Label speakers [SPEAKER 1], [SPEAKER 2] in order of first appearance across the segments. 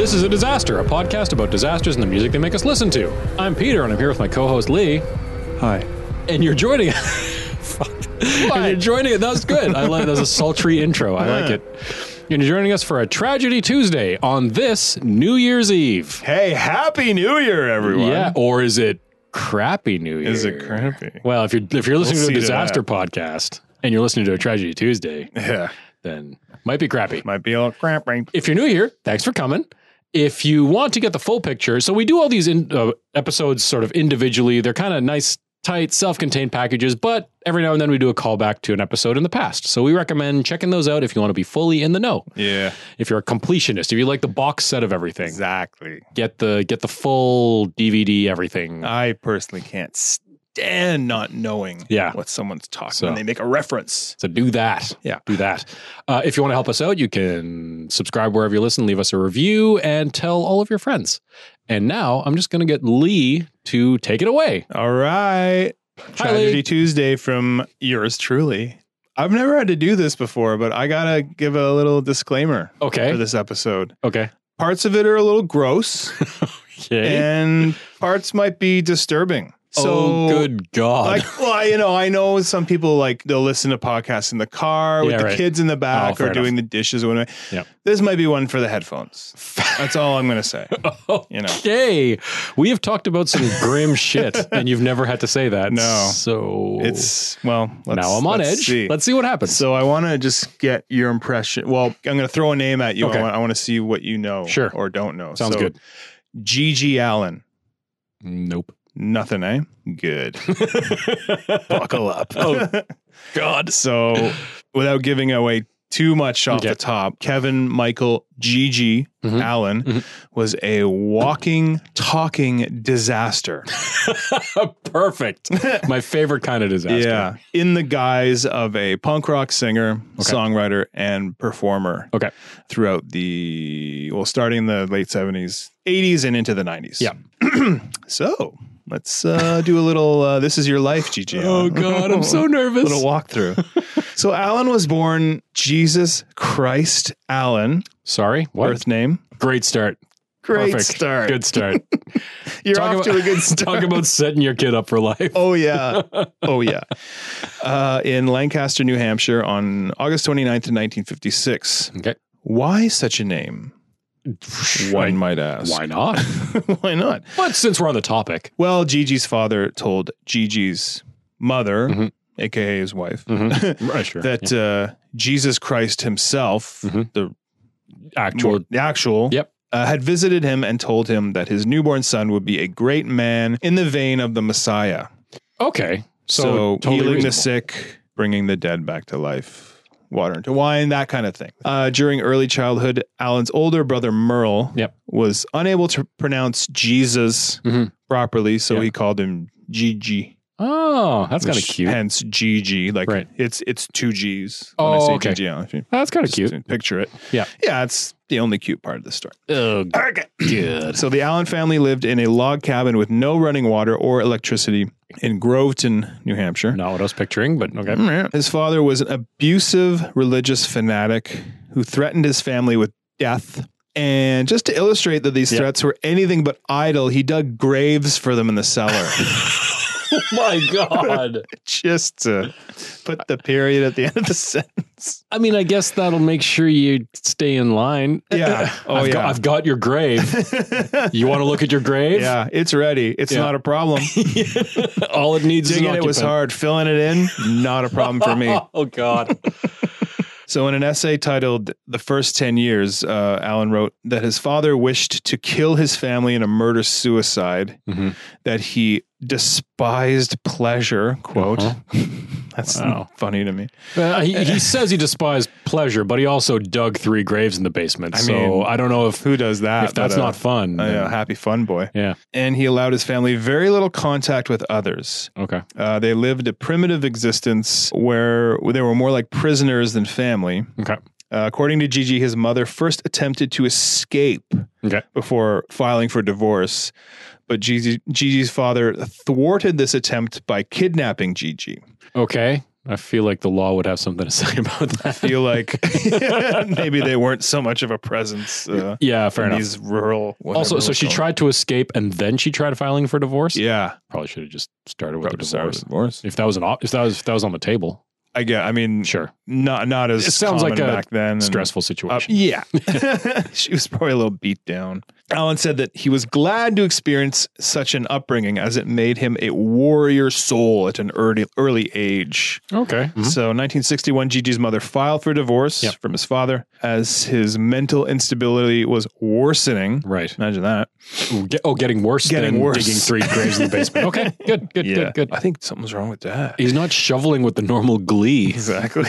[SPEAKER 1] is A Disaster, a podcast about disasters and the music they make us listen to. I'm Peter, and I'm here with my co-host Lee,
[SPEAKER 2] Hi.
[SPEAKER 1] and you're joining. and you're joining it. That was good. I like that was a sultry intro. I like it. And you're joining us for a Tragedy Tuesday on this New Year's Eve.
[SPEAKER 2] Hey, happy New Year, everyone.
[SPEAKER 1] Yeah, or is it crappy New Year?
[SPEAKER 2] Is it crappy?
[SPEAKER 1] Well, if you're if you're listening to
[SPEAKER 2] see
[SPEAKER 1] a
[SPEAKER 2] to
[SPEAKER 1] disaster
[SPEAKER 2] that.
[SPEAKER 1] podcast and you're listening to a Tragedy Tuesday,
[SPEAKER 2] Yeah.
[SPEAKER 1] then might be crappy.
[SPEAKER 2] Might be a little cramping.
[SPEAKER 1] if you're new here, thanks for coming. If you want to get the full picture, so we do all these in, uh, episodes sort of individually. They're kind of nice, tight, self contained packages, but every now and then we do a callback to an episode in the past. So we recommend checking those out if you want to be fully in the know.
[SPEAKER 2] Yeah.
[SPEAKER 1] If you're a completionist, if you like the box set of everything,
[SPEAKER 2] Exactly.
[SPEAKER 1] get the get the full DVD everything.
[SPEAKER 2] I personally can't stand not knowing
[SPEAKER 1] Yeah.
[SPEAKER 2] what someone's talking
[SPEAKER 1] So-
[SPEAKER 2] when they make a reference.
[SPEAKER 1] So do that.
[SPEAKER 2] Yeah.
[SPEAKER 1] Do that. Uh, if you want to help us out, you can subscribe wherever you listen, leave us a review, and tell all of your friends. And now I'm just going to get Lee to take it away.
[SPEAKER 2] All right. Tragedy
[SPEAKER 1] Lee.
[SPEAKER 2] Tuesday from yours truly. I've never had to do this before, but I got to give a little disclaimer for
[SPEAKER 1] Okay.
[SPEAKER 2] this episode.
[SPEAKER 1] Okay.
[SPEAKER 2] Parts of it are a little gross
[SPEAKER 1] Okay.
[SPEAKER 2] and parts might be disturbing. So
[SPEAKER 1] oh, good God.
[SPEAKER 2] like well you know i know some people like they'll listen to podcasts in the car with
[SPEAKER 1] Yeah,
[SPEAKER 2] the
[SPEAKER 1] right. Oh,
[SPEAKER 2] kids in the back
[SPEAKER 1] fair
[SPEAKER 2] or doing the dishes or whatever
[SPEAKER 1] Yep.
[SPEAKER 2] this might be one for the headphones that's all i'm gonna say
[SPEAKER 1] Oh.
[SPEAKER 2] you know
[SPEAKER 1] okay. We have talked about some grim shit, and you've never had to say that.
[SPEAKER 2] No.
[SPEAKER 1] So
[SPEAKER 2] it's well let's,
[SPEAKER 1] now I'm on
[SPEAKER 2] let's
[SPEAKER 1] edge.
[SPEAKER 2] see.
[SPEAKER 1] Let's see what happens.
[SPEAKER 2] so i want to just get your impression well i'm gonna throw a name at you
[SPEAKER 1] Okay.
[SPEAKER 2] i want, I want to see what you know
[SPEAKER 1] Sure.
[SPEAKER 2] or don't know
[SPEAKER 1] Sounds
[SPEAKER 2] So,
[SPEAKER 1] good.
[SPEAKER 2] gg allen
[SPEAKER 1] Nope.
[SPEAKER 2] nothing eh good buckle up
[SPEAKER 1] Oh, God.
[SPEAKER 2] so without giving away too much off
[SPEAKER 1] Okay.
[SPEAKER 2] the top, Kevin Michael Gigi
[SPEAKER 1] Mhm.
[SPEAKER 2] Allen
[SPEAKER 1] Mhm.
[SPEAKER 2] was a walking, talking disaster.
[SPEAKER 1] Perfect. My favorite kind of disaster.
[SPEAKER 2] Yeah. In the guise of a punk rock singer,
[SPEAKER 1] Okay.
[SPEAKER 2] songwriter, and performer.
[SPEAKER 1] Okay.
[SPEAKER 2] Throughout the, well, starting in the late 70s, 80s, and into the 90s.
[SPEAKER 1] Yeah.
[SPEAKER 2] so let's uh, do a little, uh, this is your life, Gigi.
[SPEAKER 1] Oh
[SPEAKER 2] Allen.
[SPEAKER 1] God, I'm so nervous.
[SPEAKER 2] little walkthrough. so Allen was born Jesus Christ Allen,
[SPEAKER 1] Sorry, what?
[SPEAKER 2] birth name.
[SPEAKER 1] Great start.
[SPEAKER 2] Great
[SPEAKER 1] Perfect.
[SPEAKER 2] start.
[SPEAKER 1] Good start.
[SPEAKER 2] You're
[SPEAKER 1] Talk about-
[SPEAKER 2] off to a good
[SPEAKER 1] Talk
[SPEAKER 2] start.
[SPEAKER 1] about setting your kid up for life.
[SPEAKER 2] oh yeah. Oh yeah. Uh, in Lancaster, New Hampshire on August 29th, 1956.
[SPEAKER 1] Okay.
[SPEAKER 2] Why such a name? One might ask.
[SPEAKER 1] Why not?
[SPEAKER 2] Why not?
[SPEAKER 1] but since we're on the topic,
[SPEAKER 2] Well, Gigi's father told Gigi's mother,
[SPEAKER 1] Mhm.
[SPEAKER 2] aka his wife,
[SPEAKER 1] Mm-hmm. right, sure.
[SPEAKER 2] Mm-hmm. that uh, Jesus Christ himself,
[SPEAKER 1] Mhm.
[SPEAKER 2] the
[SPEAKER 1] actual
[SPEAKER 2] the actual
[SPEAKER 1] Yep.
[SPEAKER 2] uh, had visited him and told him that his newborn son would be a great man in the vein of the Messiah.
[SPEAKER 1] okay. So,
[SPEAKER 2] So,
[SPEAKER 1] totally
[SPEAKER 2] healing the
[SPEAKER 1] reasonable.
[SPEAKER 2] sick, bringing the dead back to life, water into wine, that kind of thing. Uh, during early childhood, Alan's older brother Merle
[SPEAKER 1] Yep.
[SPEAKER 2] was unable to pronounce Jesus
[SPEAKER 1] Mhm.
[SPEAKER 2] properly, so
[SPEAKER 1] Yeah.
[SPEAKER 2] he called him Gigi.
[SPEAKER 1] Oh, that's kind of
[SPEAKER 2] which-
[SPEAKER 1] cute.
[SPEAKER 2] Hence Gigi, like
[SPEAKER 1] Right.
[SPEAKER 2] it's it's two G's.
[SPEAKER 1] Oh, okay.
[SPEAKER 2] Gigi, Allen, if you
[SPEAKER 1] That's kind of
[SPEAKER 2] just
[SPEAKER 1] cute.
[SPEAKER 2] Picture it.
[SPEAKER 1] Yeah.
[SPEAKER 2] yeah. It's the only cute part of the story.
[SPEAKER 1] Oh,
[SPEAKER 2] Okay.
[SPEAKER 1] good.
[SPEAKER 2] So the Allen family lived in a log cabin with no running water or electricity in Groveton, New Hampshire. Mm,
[SPEAKER 1] Not what I was picturing, but okay.
[SPEAKER 2] His father was an abusive religious fanatic who threatened his family with death. And just to illustrate that these
[SPEAKER 1] Yeah.
[SPEAKER 2] threats were anything but idle, he dug graves for them in the cellar.
[SPEAKER 1] Oh my God.
[SPEAKER 2] just to put the period at the end of the sentence.
[SPEAKER 1] I mean, I guess that'll make sure you stay in line.
[SPEAKER 2] Yeah. Oh,
[SPEAKER 1] I've, got,
[SPEAKER 2] yeah.
[SPEAKER 1] I've got your grave. You want to look at your grave?
[SPEAKER 2] yeah, it's ready. It's
[SPEAKER 1] Yeah.
[SPEAKER 2] not a problem.
[SPEAKER 1] All it needs is an
[SPEAKER 2] Digging it was
[SPEAKER 1] occupant.
[SPEAKER 2] hard. Filling it in, not a problem for me.
[SPEAKER 1] Oh God.
[SPEAKER 2] So, in an essay titled The First 10 Years, uh, Allen wrote that his father wished to kill his family in a murder suicide,
[SPEAKER 1] Mhm.
[SPEAKER 2] that he despised pleasure, quote. That's
[SPEAKER 1] Wow.
[SPEAKER 2] funny to me.
[SPEAKER 1] Uh, he, he says he despised pleasure, but he also dug three graves in the basement.
[SPEAKER 2] I
[SPEAKER 1] so
[SPEAKER 2] mean,
[SPEAKER 1] I don't know if
[SPEAKER 2] Who does that?
[SPEAKER 1] if that's
[SPEAKER 2] but, uh,
[SPEAKER 1] not fun.
[SPEAKER 2] uh,
[SPEAKER 1] then-
[SPEAKER 2] yeah, happy fun boy.
[SPEAKER 1] yeah.
[SPEAKER 2] And he allowed his family very little contact with others.
[SPEAKER 1] Okay.
[SPEAKER 2] Uh, they lived a primitive existence where they were more like prisoners than family.
[SPEAKER 1] Okay.
[SPEAKER 2] Uh, according to Gigi, his mother first attempted to escape
[SPEAKER 1] Okay.
[SPEAKER 2] before filing for divorce, but Gigi, Gigi's father thwarted this attempt by kidnapping Gigi.
[SPEAKER 1] Okay. I feel like the law would have something to say about that.
[SPEAKER 2] Feel like maybe they weren't so much of a presence uh,
[SPEAKER 1] yeah, fair
[SPEAKER 2] in
[SPEAKER 1] enough.
[SPEAKER 2] these rural. whatever
[SPEAKER 1] Also, so
[SPEAKER 2] it's
[SPEAKER 1] she
[SPEAKER 2] called.
[SPEAKER 1] tried to escape and then she tried filing for divorce.
[SPEAKER 2] Yeah,
[SPEAKER 1] Probably should have just started with
[SPEAKER 2] probably
[SPEAKER 1] the divorce.
[SPEAKER 2] divorce. divorce.
[SPEAKER 1] If that was an op- if that was if that was on the table,
[SPEAKER 2] I get. I mean,
[SPEAKER 1] sure,
[SPEAKER 2] not not as
[SPEAKER 1] It sounds like
[SPEAKER 2] common
[SPEAKER 1] a
[SPEAKER 2] back then. and-
[SPEAKER 1] stressful
[SPEAKER 2] Uh,
[SPEAKER 1] situation.
[SPEAKER 2] yeah. she was probably a little beat down. Alan said that he was glad to experience such an upbringing as it made him a warrior soul at an early, early age.
[SPEAKER 1] okay, Mhm.
[SPEAKER 2] So, 1961, Gigi's mother filed for divorce
[SPEAKER 1] Yep.
[SPEAKER 2] from his father as his mental instability was worsening.
[SPEAKER 1] right.
[SPEAKER 2] Imagine that.
[SPEAKER 1] Ooh, get- oh, getting worse.
[SPEAKER 2] Getting
[SPEAKER 1] than
[SPEAKER 2] worse.
[SPEAKER 1] Digging three graves in the basement. Okay, good, good, good, good.
[SPEAKER 2] I think something's wrong with that.
[SPEAKER 1] He's not shoveling with the normal glee.
[SPEAKER 2] Exactly.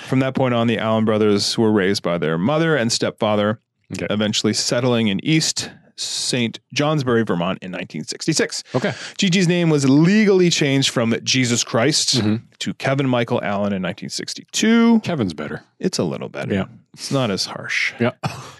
[SPEAKER 2] From that point on, the Allen brothers were raised by their mother and stepfather,
[SPEAKER 1] Okay.
[SPEAKER 2] eventually settling in East St. Johnsbury, Vermont in 1966.
[SPEAKER 1] Okay,
[SPEAKER 2] Gigi's name was legally changed from Jesus Christ
[SPEAKER 1] Mhm.
[SPEAKER 2] to Kevin Michael Allen in 1962.
[SPEAKER 1] Kevin's better.
[SPEAKER 2] It's a little better.
[SPEAKER 1] Yeah.
[SPEAKER 2] It's not as harsh.
[SPEAKER 1] Yeah,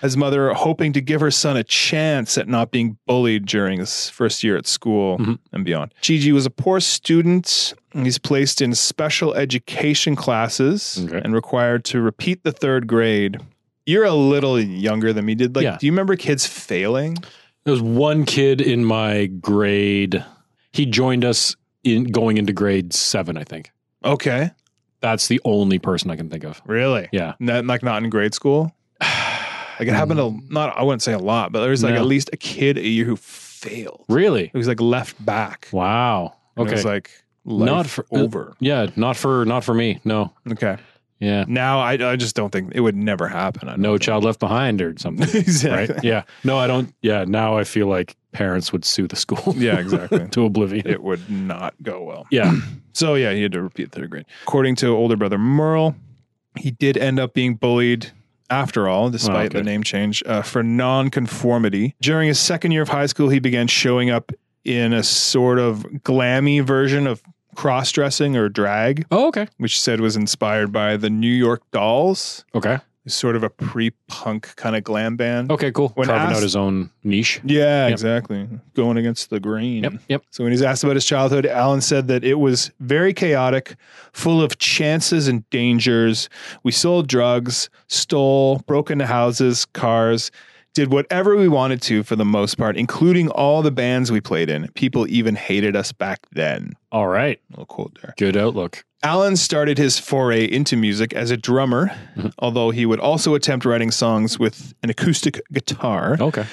[SPEAKER 2] His mother, hoping to give her son a chance at not being bullied during his first year at school
[SPEAKER 1] Mhm.
[SPEAKER 2] and beyond. Gigi was a poor student. and He's placed in special education classes
[SPEAKER 1] Okay.
[SPEAKER 2] and required to repeat the third grade. You're a little younger than me. Did like,
[SPEAKER 1] Yeah.
[SPEAKER 2] do you remember kids failing?
[SPEAKER 1] there was one kid in my grade. He joined us in going into grade seven, I think.
[SPEAKER 2] Okay,
[SPEAKER 1] That's the only person I can think of.
[SPEAKER 2] really?
[SPEAKER 1] Yeah.
[SPEAKER 2] Not, like not in grade school. Like it happened a not. I wouldn't say a lot, but there was like
[SPEAKER 1] Mm. No.
[SPEAKER 2] at least a kid a year who failed.
[SPEAKER 1] Really?
[SPEAKER 2] It was like left back.
[SPEAKER 1] Wow.
[SPEAKER 2] And
[SPEAKER 1] Okay.
[SPEAKER 2] it was like life
[SPEAKER 1] Not for- uh,
[SPEAKER 2] over.
[SPEAKER 1] yeah, not for not for me. No.
[SPEAKER 2] Okay.
[SPEAKER 1] Yeah.
[SPEAKER 2] Now I, I just don't think it would never happen. I don't
[SPEAKER 1] No
[SPEAKER 2] think.
[SPEAKER 1] child left behind or something.
[SPEAKER 2] exactly.
[SPEAKER 1] Right? Yeah. No, I don't. Yeah. Now I feel like parents would sue the school.
[SPEAKER 2] Yeah, exactly.
[SPEAKER 1] to oblivion.
[SPEAKER 2] It would not go well.
[SPEAKER 1] yeah.
[SPEAKER 2] So yeah, he had to repeat third grade. According to older brother Merle, he did end up being bullied after all, despite
[SPEAKER 1] okay.
[SPEAKER 2] the name change, uh, for nonconformity. During his second year of high school, he began showing up in a sort of glammy version of cross dressing or drag,
[SPEAKER 1] Oh, okay.
[SPEAKER 2] which he said was inspired by the New York Dolls,
[SPEAKER 1] Okay.
[SPEAKER 2] sort of a pre punk kind of glam band.
[SPEAKER 1] Okay. Cool.
[SPEAKER 2] When
[SPEAKER 1] Carving out
[SPEAKER 2] asked-
[SPEAKER 1] his own niche.
[SPEAKER 2] Yeah,
[SPEAKER 1] Oh. Yep.
[SPEAKER 2] exactly. Going against the grain.
[SPEAKER 1] Yep. Yep.
[SPEAKER 2] So when he's asked about his childhood, Alan said that it was very chaotic, full of chances and dangers. We sold drugs, stole, broke into houses, cars, did whatever we wanted to for the most part, including all the bands we played in. People even hated us back then.
[SPEAKER 1] All right.
[SPEAKER 2] A little quote there.
[SPEAKER 1] Good outlook.
[SPEAKER 2] Alan started his foray into music as a drummer,
[SPEAKER 1] Mhm.
[SPEAKER 2] although he would also attempt writing songs with an acoustic guitar.
[SPEAKER 1] Okay.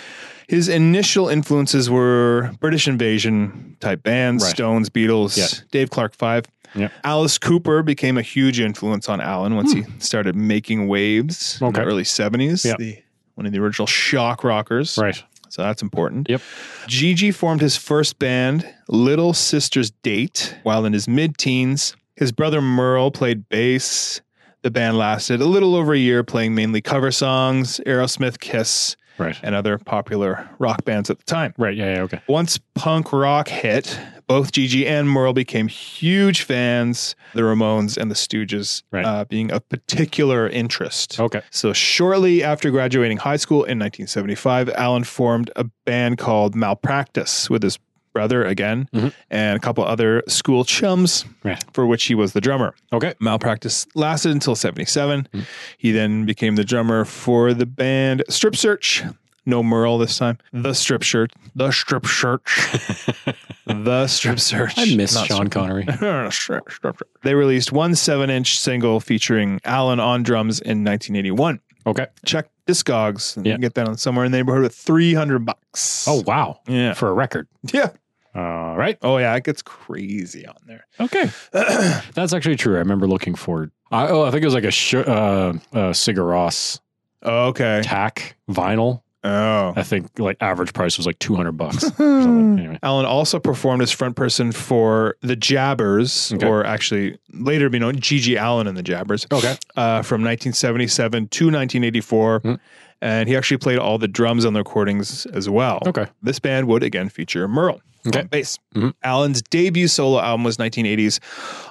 [SPEAKER 2] His initial influences were British Invasion type bands,
[SPEAKER 1] Right.
[SPEAKER 2] Stones, Beatles,
[SPEAKER 1] Yeah.
[SPEAKER 2] Dave Clark Five.
[SPEAKER 1] Yeah.
[SPEAKER 2] Alice Cooper became a huge influence on Alan once he started making waves in the
[SPEAKER 1] Hmm. Okay.
[SPEAKER 2] early 70s.
[SPEAKER 1] Yeah.
[SPEAKER 2] The, one of the original shock rockers.
[SPEAKER 1] Right.
[SPEAKER 2] So that's important.
[SPEAKER 1] Yep.
[SPEAKER 2] Gigi formed his first band, Little Sisters Date, while in his mid teens. His brother Merle played bass. The band lasted a little over a year, playing mainly cover songs, Aerosmith, Kiss,
[SPEAKER 1] Right.
[SPEAKER 2] and other popular rock bands at the time.
[SPEAKER 1] Right. Yeah. yeah okay.
[SPEAKER 2] Once punk rock hit, both Gigi and Merle became huge fans, the Ramones and the Stooges
[SPEAKER 1] Right.
[SPEAKER 2] uh, being of particular interest.
[SPEAKER 1] Okay.
[SPEAKER 2] So, shortly after graduating high school in 1975, Allen formed a band called Malpractice with his brother again
[SPEAKER 1] Mhm.
[SPEAKER 2] and a couple other school chums
[SPEAKER 1] Right.
[SPEAKER 2] for which he was the drummer.
[SPEAKER 1] Okay.
[SPEAKER 2] Malpractice lasted until 77.
[SPEAKER 1] Mhm.
[SPEAKER 2] He then became the drummer for the band Strip Search. No Merle this time.
[SPEAKER 1] Mm-hmm.
[SPEAKER 2] The Strip Shirt. The Strip Search. the Strip Search.
[SPEAKER 1] I miss
[SPEAKER 2] Not
[SPEAKER 1] Sean Connery.
[SPEAKER 2] Strip- Strip Search. They released one seven inch single featuring Alan on drums in 1981.
[SPEAKER 1] Okay.
[SPEAKER 2] Check Discogs. And
[SPEAKER 1] Yeah.
[SPEAKER 2] You can get that on somewhere in the neighborhood of 300 bucks.
[SPEAKER 1] Oh wow.
[SPEAKER 2] yeah.
[SPEAKER 1] For a record.
[SPEAKER 2] Yeah.
[SPEAKER 1] All right.
[SPEAKER 2] Oh, yeah. It gets crazy on there.
[SPEAKER 1] Okay. That's actually true. I remember looking for. I, oh, I think it was like a sh- uh, uh, Cigaros
[SPEAKER 2] okay.
[SPEAKER 1] tack vinyl.
[SPEAKER 2] Oh.
[SPEAKER 1] I think like average price was like two hundred bucks. or something. Anyway,
[SPEAKER 2] Allen also performed as front person for the Jabbers,
[SPEAKER 1] Okay.
[SPEAKER 2] or actually later to be known Gigi Allen and the Jabbers,
[SPEAKER 1] okay,
[SPEAKER 2] uh, from 1977 to 1984.
[SPEAKER 1] Mm.
[SPEAKER 2] And he actually played all the drums on the recordings as well.
[SPEAKER 1] okay,
[SPEAKER 2] This band would again feature Merle
[SPEAKER 1] Okay.
[SPEAKER 2] on bass.
[SPEAKER 1] Mhm.
[SPEAKER 2] Allen's debut solo album was 1980s,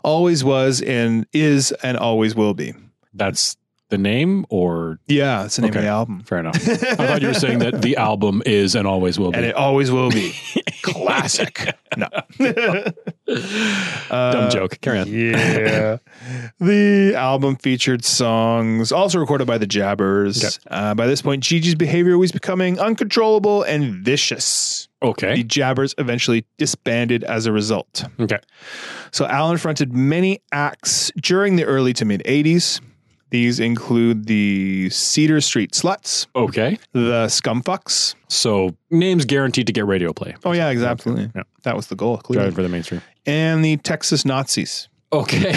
[SPEAKER 2] always was and is and always will be.
[SPEAKER 1] that's the name or
[SPEAKER 2] Yeah, it's the name of
[SPEAKER 1] Okay.
[SPEAKER 2] the album.
[SPEAKER 1] fair enough? I thought you were saying that the album is and always will
[SPEAKER 2] And
[SPEAKER 1] be.
[SPEAKER 2] it always will be. Classic. No.
[SPEAKER 1] Dumb joke. Carry on.
[SPEAKER 2] Yeah. Uh, the album featured songs also recorded by the Jabbers.
[SPEAKER 1] Okay.
[SPEAKER 2] Uh, by this point, Gigi's behavior was becoming uncontrollable and vicious. The
[SPEAKER 1] Okay.
[SPEAKER 2] Jabbers eventually disbanded as a result.
[SPEAKER 1] Okay.
[SPEAKER 2] So Allen fronted many acts during the early to mid 80s. These include the Cedar Street Sluts,
[SPEAKER 1] Okay.
[SPEAKER 2] the Scumfucks.
[SPEAKER 1] So names guaranteed to get radio play.
[SPEAKER 2] Oh, yeah, exactly.
[SPEAKER 1] Yeah.
[SPEAKER 2] That was the goal,
[SPEAKER 1] Driving
[SPEAKER 2] clearly.
[SPEAKER 1] for the mainstream.
[SPEAKER 2] And the Texas Nazis.
[SPEAKER 1] Okay.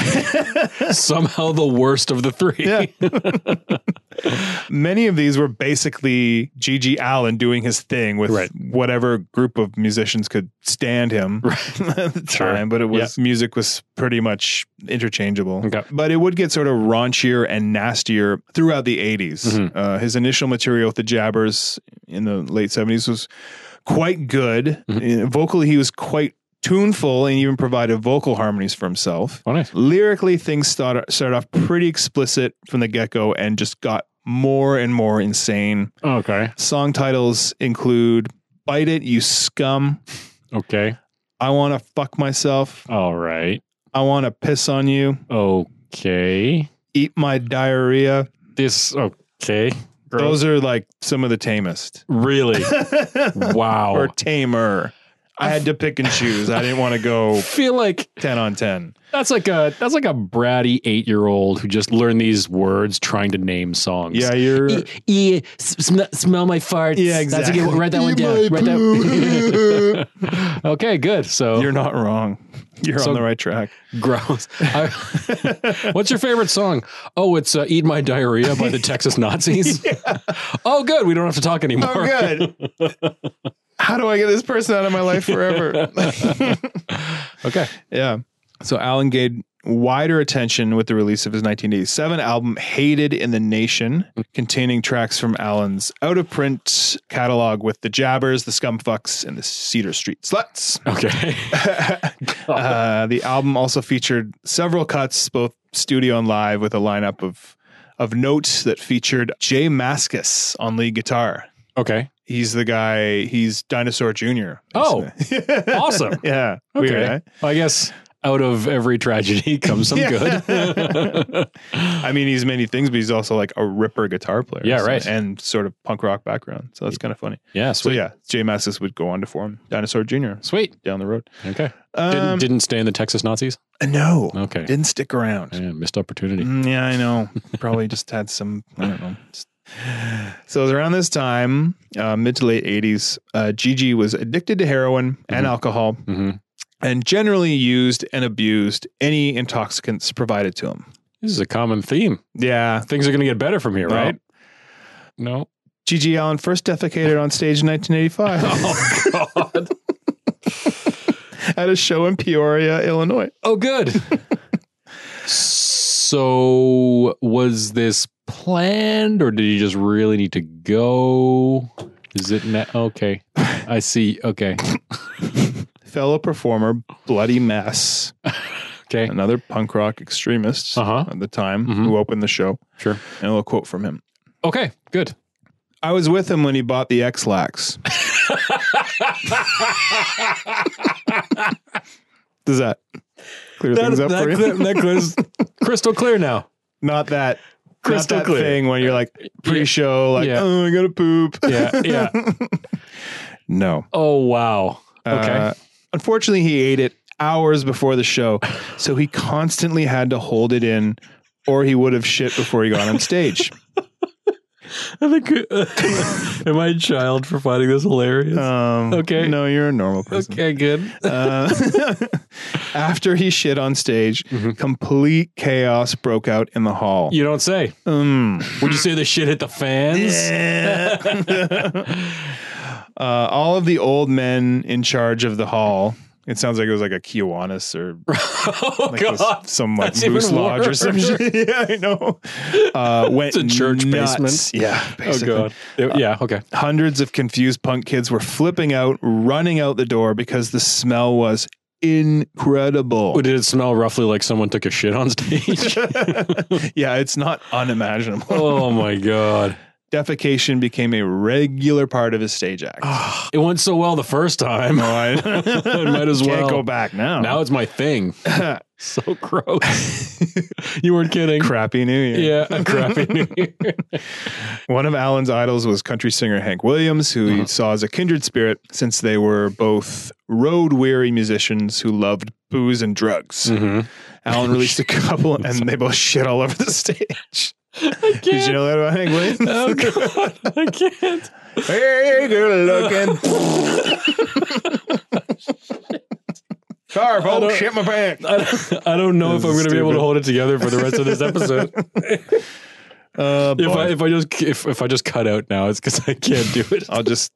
[SPEAKER 1] Somehow the worst of the three.
[SPEAKER 2] Yeah. Many of these were basically Gigi Allen doing his thing with
[SPEAKER 1] Right.
[SPEAKER 2] whatever group of musicians could stand him at the
[SPEAKER 1] Sure.
[SPEAKER 2] time, but it was music was pretty much interchangeable.
[SPEAKER 1] Okay.
[SPEAKER 2] But it would get sort of raunchier and nastier throughout the 80s.
[SPEAKER 1] Mhm.
[SPEAKER 2] Uh, his initial material with the Jabbers in the late 70s was quite good.
[SPEAKER 1] Mm-hmm.
[SPEAKER 2] Uh, Vocally, he was quite tuneful and even provided vocal harmonies for himself.
[SPEAKER 1] Oh, nice.
[SPEAKER 2] Lyrically, things start, started off pretty explicit from the get go and just got more and more insane.
[SPEAKER 1] Okay.
[SPEAKER 2] Song titles include Bite It, You Scum,
[SPEAKER 1] Okay.
[SPEAKER 2] I Wanna Fuck Myself,
[SPEAKER 1] All right.
[SPEAKER 2] I Wanna Piss on You,
[SPEAKER 1] Okay.
[SPEAKER 2] Eat My Diarrhea.
[SPEAKER 1] This. Okay.
[SPEAKER 2] Those are like some of the tamest.
[SPEAKER 1] Really? wow.
[SPEAKER 2] or tamer. I had to pick and choose. I didn't want to
[SPEAKER 1] I
[SPEAKER 2] go
[SPEAKER 1] feel like
[SPEAKER 2] 10 on 10.
[SPEAKER 1] that's like a that's like a bratty eight year old who just learned these words trying to name songs.
[SPEAKER 2] Yeah, you're.
[SPEAKER 3] E- yeah, s- smell, smell my farts.
[SPEAKER 2] Yeah,
[SPEAKER 3] That's a good
[SPEAKER 2] exactly.
[SPEAKER 3] one. Write that one
[SPEAKER 2] Eat
[SPEAKER 3] down.
[SPEAKER 2] my
[SPEAKER 3] Write that.
[SPEAKER 2] poo.
[SPEAKER 1] Okay. Good. So
[SPEAKER 2] you're not wrong. You're
[SPEAKER 1] So-
[SPEAKER 2] on the right track.
[SPEAKER 1] gross. I- what's your favorite song? Oh, it's uh, "Eat My Diarrhea" by the Texas Nazis. Oh, good. We don't have to talk anymore.
[SPEAKER 2] Oh, good. How do I get this person out of my life forever?
[SPEAKER 1] Okay.
[SPEAKER 2] yeah. So Alan gained wider attention with the release of his 1987 album Hated in the Nation, containing tracks from Alan's out of print catalog with the Jabbers, the Scumfucks, and the Cedar Street Sluts.
[SPEAKER 1] Okay. Oh.
[SPEAKER 2] Uh, the album also featured several cuts, both studio and live, with a lineup of of notes that featured Jay Maskus on lead guitar.
[SPEAKER 1] Okay.
[SPEAKER 2] He's the guy. He's Dinosaur Jr.
[SPEAKER 1] Oh. Awesome.
[SPEAKER 2] yeah.
[SPEAKER 1] Okay.
[SPEAKER 2] Weird, eh?
[SPEAKER 1] I guess out of every tragedy comes some
[SPEAKER 2] Yeah.
[SPEAKER 1] good.
[SPEAKER 2] I mean, he's many things, but he's also like a ripper guitar player.
[SPEAKER 1] Yeah,
[SPEAKER 2] so-
[SPEAKER 1] right.
[SPEAKER 2] and sort of punk rock background. So that's kind of funny.
[SPEAKER 1] yeah.
[SPEAKER 2] So
[SPEAKER 1] Sweet.
[SPEAKER 2] yeah, Jay Maskus would go on to form Dinosaur Jr.
[SPEAKER 1] Sweet.
[SPEAKER 2] down the road.
[SPEAKER 1] Okay. Didn't,
[SPEAKER 2] Um, uh,
[SPEAKER 1] didn't stay in the Texas Nazis.
[SPEAKER 2] no,
[SPEAKER 1] Okay.
[SPEAKER 2] didn't stick around.
[SPEAKER 1] Yeah, missed opportunity.
[SPEAKER 2] Mm, Yeah, I know. Probably just had some, I don't know. Just- So it was around this time, uh, mid to late 80s, uh, Gigi was addicted to heroin and
[SPEAKER 1] Mhm.
[SPEAKER 2] alcohol
[SPEAKER 1] hmm
[SPEAKER 2] and generally used and abused any intoxicants provided to him.
[SPEAKER 1] This is a common theme.
[SPEAKER 2] Yeah.
[SPEAKER 1] Things are going to get better from here,
[SPEAKER 2] No.
[SPEAKER 1] right? No.
[SPEAKER 2] Gigi Allen first defecated on stage in 1985
[SPEAKER 1] Oh God.
[SPEAKER 2] at a show in Peoria, Illinois.
[SPEAKER 1] oh, good. so, was this planned, or did you just really need to go? Is it na- okay? I see. Okay.
[SPEAKER 2] Fellow performer Bloody Mess,
[SPEAKER 1] Okay.
[SPEAKER 2] another punk rock extremist
[SPEAKER 1] Uh huh.
[SPEAKER 2] at the time
[SPEAKER 1] Mhm.
[SPEAKER 2] who opened the show.
[SPEAKER 1] Sure.
[SPEAKER 2] And a little quote from him.
[SPEAKER 1] Okay. Good.
[SPEAKER 2] I was with him when he bought the X-Lax. Does that clear things up for you?
[SPEAKER 1] was crystal clear now.
[SPEAKER 2] Not that
[SPEAKER 1] Crystal
[SPEAKER 2] not that
[SPEAKER 1] clear.
[SPEAKER 2] thing when you're like pre-show, like
[SPEAKER 1] Yeah.
[SPEAKER 2] oh, I gotta poop.
[SPEAKER 1] Yeah. Yeah.
[SPEAKER 2] no.
[SPEAKER 1] Oh wow. Okay.
[SPEAKER 2] Uh, unfortunately, he ate it hours before the show, so he constantly had to hold it in, or he would have shit before he got on stage.
[SPEAKER 1] I think uh, am I a child for finding this hilarious?
[SPEAKER 2] Um,
[SPEAKER 1] Okay.
[SPEAKER 2] No, you're a normal person.
[SPEAKER 1] okay, good.
[SPEAKER 2] Uh, after he shit on stage,
[SPEAKER 1] Mhm.
[SPEAKER 2] complete chaos broke out in the hall.
[SPEAKER 1] You don't say.
[SPEAKER 2] Mm.
[SPEAKER 1] Would you say the shit hit the fans?
[SPEAKER 2] uh, all of the old men in charge of the hall. It sounds like it was like a Kiwanis or
[SPEAKER 1] oh
[SPEAKER 2] like this-
[SPEAKER 1] god.
[SPEAKER 2] some like
[SPEAKER 1] that's even
[SPEAKER 2] moose lodge or some
[SPEAKER 1] worse.
[SPEAKER 2] shit. yeah, I know. Uh, went
[SPEAKER 1] It's a church
[SPEAKER 2] nuts.
[SPEAKER 1] basement.
[SPEAKER 2] Yeah, basically.
[SPEAKER 1] Oh god. It- yeah, okay.
[SPEAKER 2] Hundreds of confused punk kids were flipping out, running out the door because the smell was incredible.
[SPEAKER 1] Did it smell roughly like someone took a shit on stage?
[SPEAKER 2] yeah, it's not unimaginable.
[SPEAKER 1] oh my god!
[SPEAKER 2] Defecation became a regular part of his stage act.
[SPEAKER 1] Ah, it went so well the first time.
[SPEAKER 2] No, I-
[SPEAKER 1] might as
[SPEAKER 2] Can't
[SPEAKER 1] well.
[SPEAKER 2] go back now.
[SPEAKER 1] Now it's my thing. So gross. you weren't kidding.
[SPEAKER 2] Crappy New Year.
[SPEAKER 1] Yeah, a crappy New Year.
[SPEAKER 2] One of Alan's idols was country singer Hank Williams, who he saw as a kindred spirit since they were both road weary musicians who loved booze and drugs. Alan released a couple and they both shit all over the stage. Did you know that about Hank Williams?
[SPEAKER 1] Oh god, I can't.
[SPEAKER 2] Hey, good looking. Sorry, folks,
[SPEAKER 1] don't-
[SPEAKER 2] shit my pants.
[SPEAKER 1] I don't, I don't know
[SPEAKER 2] This
[SPEAKER 1] if I'm
[SPEAKER 2] is
[SPEAKER 1] going to be able
[SPEAKER 2] stupid.
[SPEAKER 1] to hold it together for the rest of this episode.
[SPEAKER 2] Uh,
[SPEAKER 1] if I
[SPEAKER 2] boy.
[SPEAKER 1] if I just if, if I just cut out now, it's because I can't do it.
[SPEAKER 2] I'll just,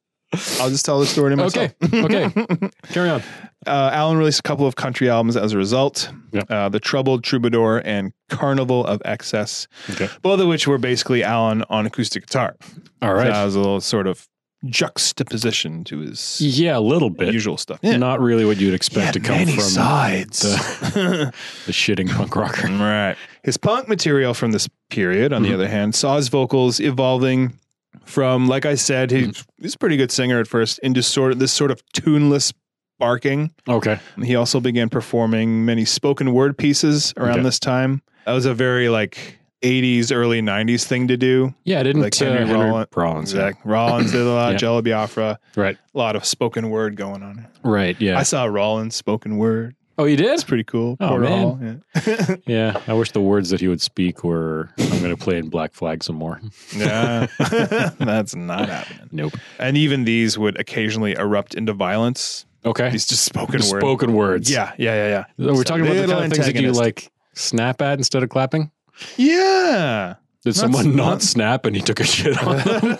[SPEAKER 2] I'll just tell the story to myself.
[SPEAKER 1] Okay, okay, carry on.
[SPEAKER 2] Uh, Allen released a couple of country albums as a result
[SPEAKER 1] Yeah.
[SPEAKER 2] uh, The Troubled Troubadour and Carnival of Excess,
[SPEAKER 1] Okay.
[SPEAKER 2] both of which were basically Allen on acoustic guitar.
[SPEAKER 1] All
[SPEAKER 2] So
[SPEAKER 1] right.
[SPEAKER 2] that was a little sort of juxtaposition to his
[SPEAKER 1] yeah, a little bit.
[SPEAKER 2] usual stuff.
[SPEAKER 1] Not really what you'd
[SPEAKER 2] He
[SPEAKER 1] expect
[SPEAKER 2] had
[SPEAKER 1] to come
[SPEAKER 2] many
[SPEAKER 1] from
[SPEAKER 2] sides.
[SPEAKER 1] the shitting punk rocker.
[SPEAKER 2] Right. His punk material from this period, on
[SPEAKER 1] Mhm.
[SPEAKER 2] the other hand, saw his vocals evolving from, like I said, he,
[SPEAKER 1] Mm-hmm.
[SPEAKER 2] he's a pretty good singer at first, into sort of this sort of tuneless barking.
[SPEAKER 1] Okay.
[SPEAKER 2] He also began performing many spoken word pieces around
[SPEAKER 1] Okay.
[SPEAKER 2] this time. That was a very like 80s, early 90s thing to do.
[SPEAKER 1] Yeah, I didn't. uh,
[SPEAKER 2] Like Henry Rollin-
[SPEAKER 1] Rollins. yeah.
[SPEAKER 2] Zach Rollins did a lot,
[SPEAKER 1] Yeah.
[SPEAKER 2] Jello Biafra,
[SPEAKER 1] Right.
[SPEAKER 2] a lot of spoken word going on.
[SPEAKER 1] Right.
[SPEAKER 2] I
[SPEAKER 1] Yeah.
[SPEAKER 2] saw Rollins spoken word.
[SPEAKER 1] oh, you did?
[SPEAKER 2] It's pretty cool.
[SPEAKER 1] Oh,
[SPEAKER 2] Porter
[SPEAKER 1] man.
[SPEAKER 2] Hall, yeah.
[SPEAKER 1] Yeah. I wish the words that he would speak were I'm going to play in Black Flag some more.
[SPEAKER 2] Yeah. That's not happening.
[SPEAKER 1] Nope.
[SPEAKER 2] And even these would occasionally erupt into violence.
[SPEAKER 1] Okay.
[SPEAKER 2] These just spoken
[SPEAKER 1] Just
[SPEAKER 2] word.
[SPEAKER 1] Spoken words.
[SPEAKER 2] Yeah, yeah, yeah, yeah.
[SPEAKER 1] We're
[SPEAKER 2] Just a
[SPEAKER 1] talking about the
[SPEAKER 2] little
[SPEAKER 1] kind of things that you
[SPEAKER 2] antagonist.
[SPEAKER 1] like snap at instead of clapping.
[SPEAKER 2] Yeah.
[SPEAKER 1] Did someone
[SPEAKER 2] not-
[SPEAKER 1] not, snap and he took a shit on them?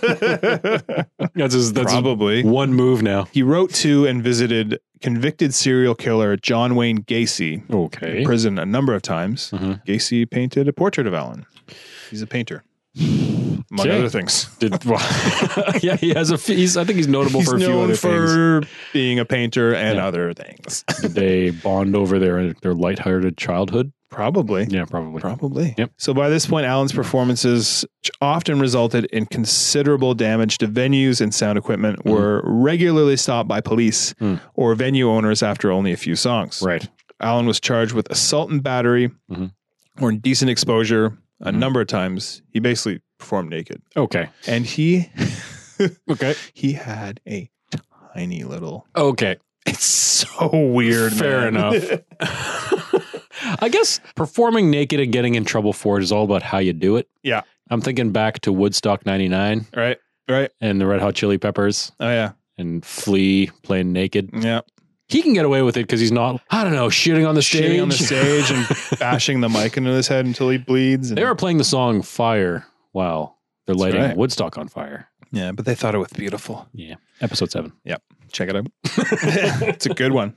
[SPEAKER 1] that's his, that's his
[SPEAKER 2] Probably.
[SPEAKER 1] one move now.
[SPEAKER 2] He wrote to and visited convicted serial killer John Wayne Gacy
[SPEAKER 1] Okay.
[SPEAKER 2] in prison a number of times.
[SPEAKER 1] Mhm.
[SPEAKER 2] Gacy painted a portrait of Allen. He's a painter, among
[SPEAKER 1] Okay.
[SPEAKER 2] other things.
[SPEAKER 1] Did, well, yeah, he has a. f- He's, I think he's notable
[SPEAKER 2] He's
[SPEAKER 1] for a few
[SPEAKER 2] known
[SPEAKER 1] other things.
[SPEAKER 2] for being a painter and
[SPEAKER 1] Yeah.
[SPEAKER 2] other things.
[SPEAKER 1] Did they bond over their their lighthearted childhood?
[SPEAKER 2] Probably.
[SPEAKER 1] Yeah, probably.
[SPEAKER 2] Probably.
[SPEAKER 1] Yep.
[SPEAKER 2] So by this point, Allen's performances, which often resulted in considerable damage to venues and sound equipment,
[SPEAKER 1] Mm-hmm.
[SPEAKER 2] were regularly stopped by police
[SPEAKER 1] Mm.
[SPEAKER 2] or venue owners after only a few songs.
[SPEAKER 1] Right.
[SPEAKER 2] Allen was charged with assault and battery
[SPEAKER 1] Mhm.
[SPEAKER 2] or indecent exposure a
[SPEAKER 1] Mhm.
[SPEAKER 2] number of times. He basically performed naked.
[SPEAKER 1] Okay.
[SPEAKER 2] And he
[SPEAKER 1] Okay.
[SPEAKER 2] he had a tiny little
[SPEAKER 1] Okay.
[SPEAKER 2] it's so weird.
[SPEAKER 1] Fair
[SPEAKER 2] man.
[SPEAKER 1] enough. I guess performing naked and getting in trouble for it is all about how you do it.
[SPEAKER 2] Yeah.
[SPEAKER 1] I'm thinking back to Woodstock 99
[SPEAKER 2] right. Right.
[SPEAKER 1] and the Red Hot Chili Peppers
[SPEAKER 2] Oh yeah.
[SPEAKER 1] and Flea playing naked.
[SPEAKER 2] Yeah.
[SPEAKER 1] He can get away with it because he's not, I don't know, shitting on the stage.
[SPEAKER 2] Shitting on the stage and bashing the mic into his head until he bleeds. And,
[SPEAKER 1] they were playing the song Fire while they're lighting
[SPEAKER 2] right.
[SPEAKER 1] Woodstock on fire.
[SPEAKER 2] yeah, but they thought it was beautiful.
[SPEAKER 1] Episode 7.
[SPEAKER 2] Check it out. it's a good one.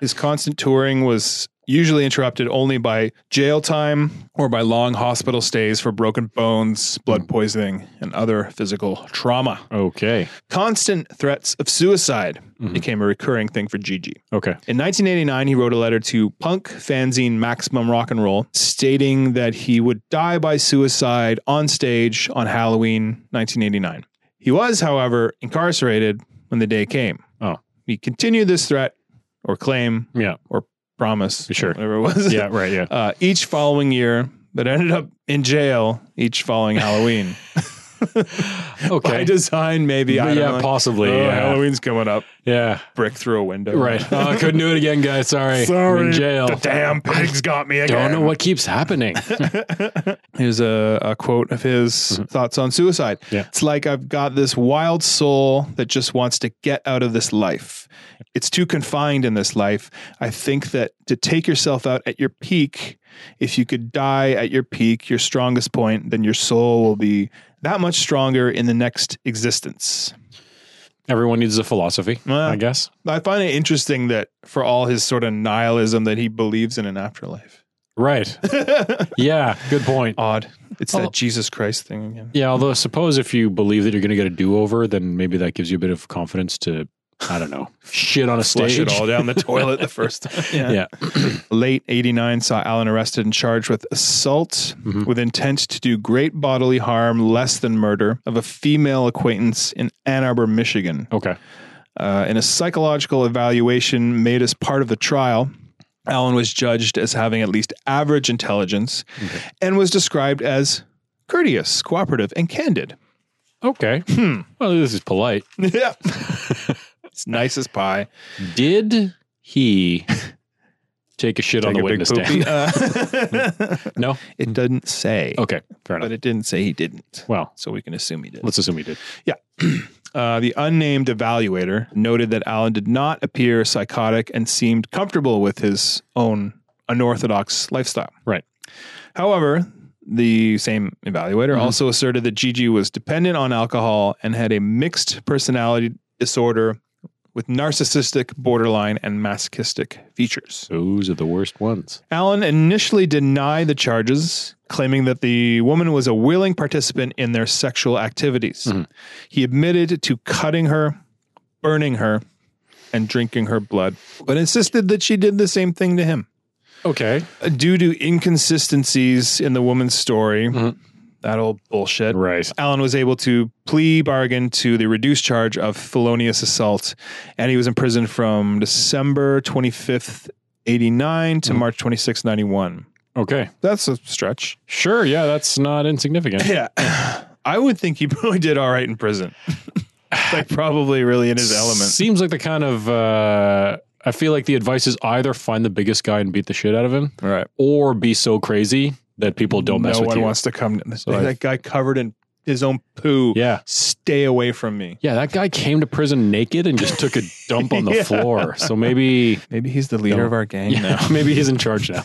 [SPEAKER 2] His constant touring was usually interrupted only by jail time or by long hospital stays for broken bones, blood poisoning, and other physical trauma.
[SPEAKER 1] Okay.
[SPEAKER 2] Constant threats of suicide
[SPEAKER 1] Mhm.
[SPEAKER 2] became a recurring thing for Gigi.
[SPEAKER 1] Okay.
[SPEAKER 2] In 1989, he wrote a letter to punk fanzine Maximum Rock and Roll stating that he would die by suicide on stage on Halloween 1989. He was, however, incarcerated when the day came.
[SPEAKER 1] Oh.
[SPEAKER 2] He continued this threat or claim,
[SPEAKER 1] Yeah.
[SPEAKER 2] promise,
[SPEAKER 1] Sure.
[SPEAKER 2] whatever it was,
[SPEAKER 1] Yeah. Right. Yeah.
[SPEAKER 2] uh, each following year, but ended up in jail each following Halloween. By
[SPEAKER 1] Okay.
[SPEAKER 2] design, maybe. I
[SPEAKER 1] But
[SPEAKER 2] don't
[SPEAKER 1] yeah,
[SPEAKER 2] know. like,
[SPEAKER 1] possibly.
[SPEAKER 2] oh,
[SPEAKER 1] yeah.
[SPEAKER 2] Halloween's coming up.
[SPEAKER 1] Yeah.
[SPEAKER 2] Brick through a window.
[SPEAKER 1] Right. Oh, I couldn't do it again, guys. Sorry. I'm in jail.
[SPEAKER 2] The damn pigs got me again.
[SPEAKER 1] Don't know what keeps happening.
[SPEAKER 2] Here's a, a quote of his thoughts on suicide.
[SPEAKER 1] Mm-hmm. Yeah.
[SPEAKER 2] It's like I've got this wild soul that just wants to get out of this life. It's too confined in this life. I think that to take yourself out at your peak, if you could die at your peak, your strongest point, then your soul will be that much stronger in the next existence.
[SPEAKER 1] Everyone needs a philosophy,
[SPEAKER 2] Well.
[SPEAKER 1] I guess.
[SPEAKER 2] I find it interesting that for all his sort of nihilism that he believes in an afterlife.
[SPEAKER 1] Right. yeah. Good point.
[SPEAKER 2] Odd. It's
[SPEAKER 1] Although-
[SPEAKER 2] that Jesus Christ thing again.
[SPEAKER 1] Yeah. Although, suppose if you believe that you're going to get a do over, then maybe that gives you a bit of confidence to I don't know, shit on a
[SPEAKER 2] Flush
[SPEAKER 1] stage.
[SPEAKER 2] it all down the toilet the first time.
[SPEAKER 1] Yeah.
[SPEAKER 2] Late 89 saw Allen arrested and charged with assault with intent to do great bodily harm, less than murder, of a female acquaintance in Ann Arbor, Michigan.
[SPEAKER 1] Okay.
[SPEAKER 2] Uh, in a psychological evaluation made as part of the trial, Allen was judged as having at least average intelligence and was described as courteous, cooperative, and candid.
[SPEAKER 1] Okay.
[SPEAKER 2] Hmm.
[SPEAKER 1] Well, this is polite.
[SPEAKER 2] Yeah. it's nice as pie.
[SPEAKER 1] Did he take a shit on the
[SPEAKER 2] Take a
[SPEAKER 1] witness stand?
[SPEAKER 2] poopy. Uh,
[SPEAKER 1] No.
[SPEAKER 2] it doesn't say,
[SPEAKER 1] Okay. Fair enough.
[SPEAKER 2] but it didn't say he didn't.
[SPEAKER 1] well,
[SPEAKER 2] So we can assume he did.
[SPEAKER 1] let's assume he did.
[SPEAKER 2] Uh, the unnamed evaluator noted that Allen did not appear psychotic and seemed comfortable with his own unorthodox lifestyle.
[SPEAKER 1] Right.
[SPEAKER 2] However, the same evaluator also asserted that Gigi was dependent on alcohol and had a mixed personality disorder with narcissistic, borderline, and masochistic features.
[SPEAKER 1] Those are the worst ones.
[SPEAKER 2] Allen initially denied the charges, claiming that the woman was a willing participant in their sexual activities. He admitted to cutting her, burning her, and drinking her blood, but insisted that she did the same thing to him. Uh,
[SPEAKER 1] Okay.
[SPEAKER 2] Due to inconsistencies in the woman's story, that old bullshit.
[SPEAKER 1] Right.
[SPEAKER 2] Allen was able to plea bargain to the reduced charge of felonious assault, and he was imprisoned from December 25th, 89 to March 26th, 91.
[SPEAKER 1] Okay.
[SPEAKER 2] That's a stretch.
[SPEAKER 1] Sure. Yeah, that's not insignificant.
[SPEAKER 2] Yeah. I would think he probably did all right in prison. like, probably really in his element.
[SPEAKER 1] Seems like the kind of. Uh, I feel like the advice is either find the biggest guy and beat the shit out of him,
[SPEAKER 2] Right.
[SPEAKER 1] or be so crazy that people don't mess
[SPEAKER 2] no
[SPEAKER 1] with
[SPEAKER 2] one
[SPEAKER 1] you.
[SPEAKER 2] wants to come.
[SPEAKER 1] So I-
[SPEAKER 2] that guy covered in his own poo.
[SPEAKER 1] yeah.
[SPEAKER 2] Stay away from me.
[SPEAKER 1] Yeah, that guy came to prison naked and just took a dump on the
[SPEAKER 2] Yeah.
[SPEAKER 1] floor. So maybe
[SPEAKER 2] Maybe he's the leader
[SPEAKER 1] No.
[SPEAKER 2] of our gang now.
[SPEAKER 1] yeah, maybe he's in charge now.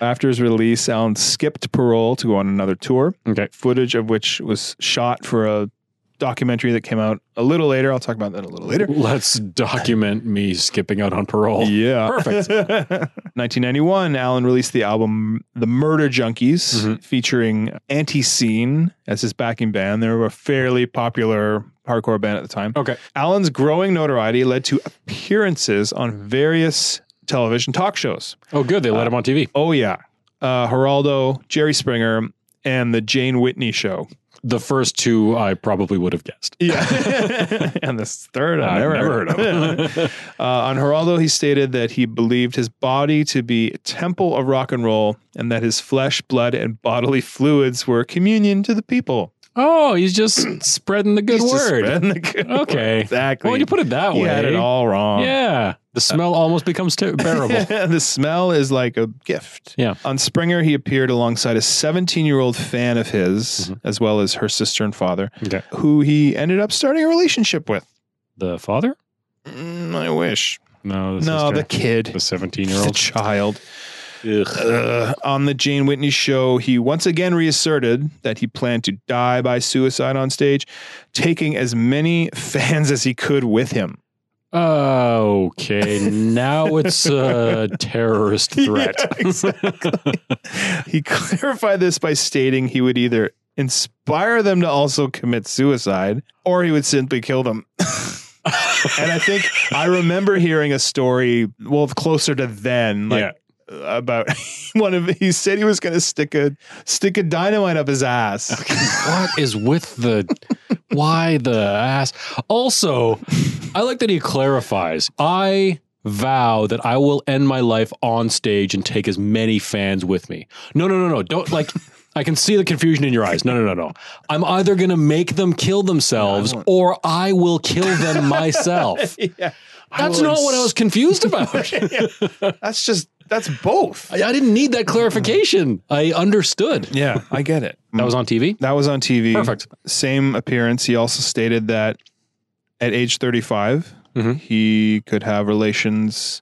[SPEAKER 2] After his release, Allen skipped parole to go on another tour.
[SPEAKER 1] Okay.
[SPEAKER 2] footage of which was shot for a documentary that came out a little later. I'll talk about that a little later.
[SPEAKER 1] Let's document me skipping out on parole.
[SPEAKER 2] Yeah.
[SPEAKER 1] Perfect.
[SPEAKER 2] 1991, Allen released the album The Murder Junkies,
[SPEAKER 1] Mhm.
[SPEAKER 2] featuring Anti Scene as his backing band. They were a fairly popular hardcore band at the time.
[SPEAKER 1] Okay.
[SPEAKER 2] Allen's growing notoriety led to appearances on various television talk shows.
[SPEAKER 1] Oh, good. They let him on TV.
[SPEAKER 2] Oh, yeah. Uh, Geraldo, Jerry Springer, and The Jane Whitney Show.
[SPEAKER 1] The first two I probably would have guessed.
[SPEAKER 2] Yeah. and this third, I
[SPEAKER 1] I've
[SPEAKER 2] never,
[SPEAKER 1] never
[SPEAKER 2] heard of. uh, on Geraldo, he stated that he believed his body to be a temple of rock and roll and that his flesh, blood, and bodily fluids were communion to the people.
[SPEAKER 1] Oh, he's just spreading the good
[SPEAKER 2] He's just
[SPEAKER 1] word.
[SPEAKER 2] spreading the good word.
[SPEAKER 1] Okay.
[SPEAKER 2] Exactly.
[SPEAKER 1] Well, you put it that
[SPEAKER 2] he
[SPEAKER 1] way.
[SPEAKER 2] had it all Uh, wrong.
[SPEAKER 1] Yeah. The smell almost becomes ter- bearable.
[SPEAKER 2] the smell is like a gift.
[SPEAKER 1] Yeah.
[SPEAKER 2] On Springer, he appeared alongside a 17 year old fan of his, as well as her sister and father,
[SPEAKER 1] Mm-hmm. Okay.
[SPEAKER 2] who he ended up starting a relationship with.
[SPEAKER 1] The father?
[SPEAKER 2] Mm, I wish.
[SPEAKER 1] No. The
[SPEAKER 2] No, the
[SPEAKER 1] sister.
[SPEAKER 2] kid.
[SPEAKER 1] the seventeen year
[SPEAKER 2] the
[SPEAKER 1] old.
[SPEAKER 2] child. Ugh. Uh, on the Jane Whitney show, he once again reasserted that he planned to die by suicide on stage, taking as many fans as he could with him.
[SPEAKER 1] Okay. Now it's a terrorist threat.
[SPEAKER 2] Yeah, exactly. he clarified this by stating he would either inspire them to also commit suicide or he would simply kill them. and I think I remember hearing a story, well, closer to then, like uh,
[SPEAKER 1] yeah.
[SPEAKER 2] about one of he said he was going to stick a stick a dynamite up his ass.
[SPEAKER 1] what is with the why the ass also i like that he clarifies i vow that i will end my life on stage and take as many fans with me no no no no don't like i can see the confusion in your eyes no no no no i'm either going to make them kill themselves
[SPEAKER 2] won't.
[SPEAKER 1] or i will kill them myself
[SPEAKER 2] yeah,
[SPEAKER 1] that's not what i was confused about
[SPEAKER 2] That's just that's both.
[SPEAKER 1] I, I didn't need that clarification i understood
[SPEAKER 2] Yeah, I get it.
[SPEAKER 1] that was on tv
[SPEAKER 2] That was on TV.
[SPEAKER 1] Perfect.
[SPEAKER 2] Same appearance. He also stated that at age 35,
[SPEAKER 1] Mhm.
[SPEAKER 2] he could have relations.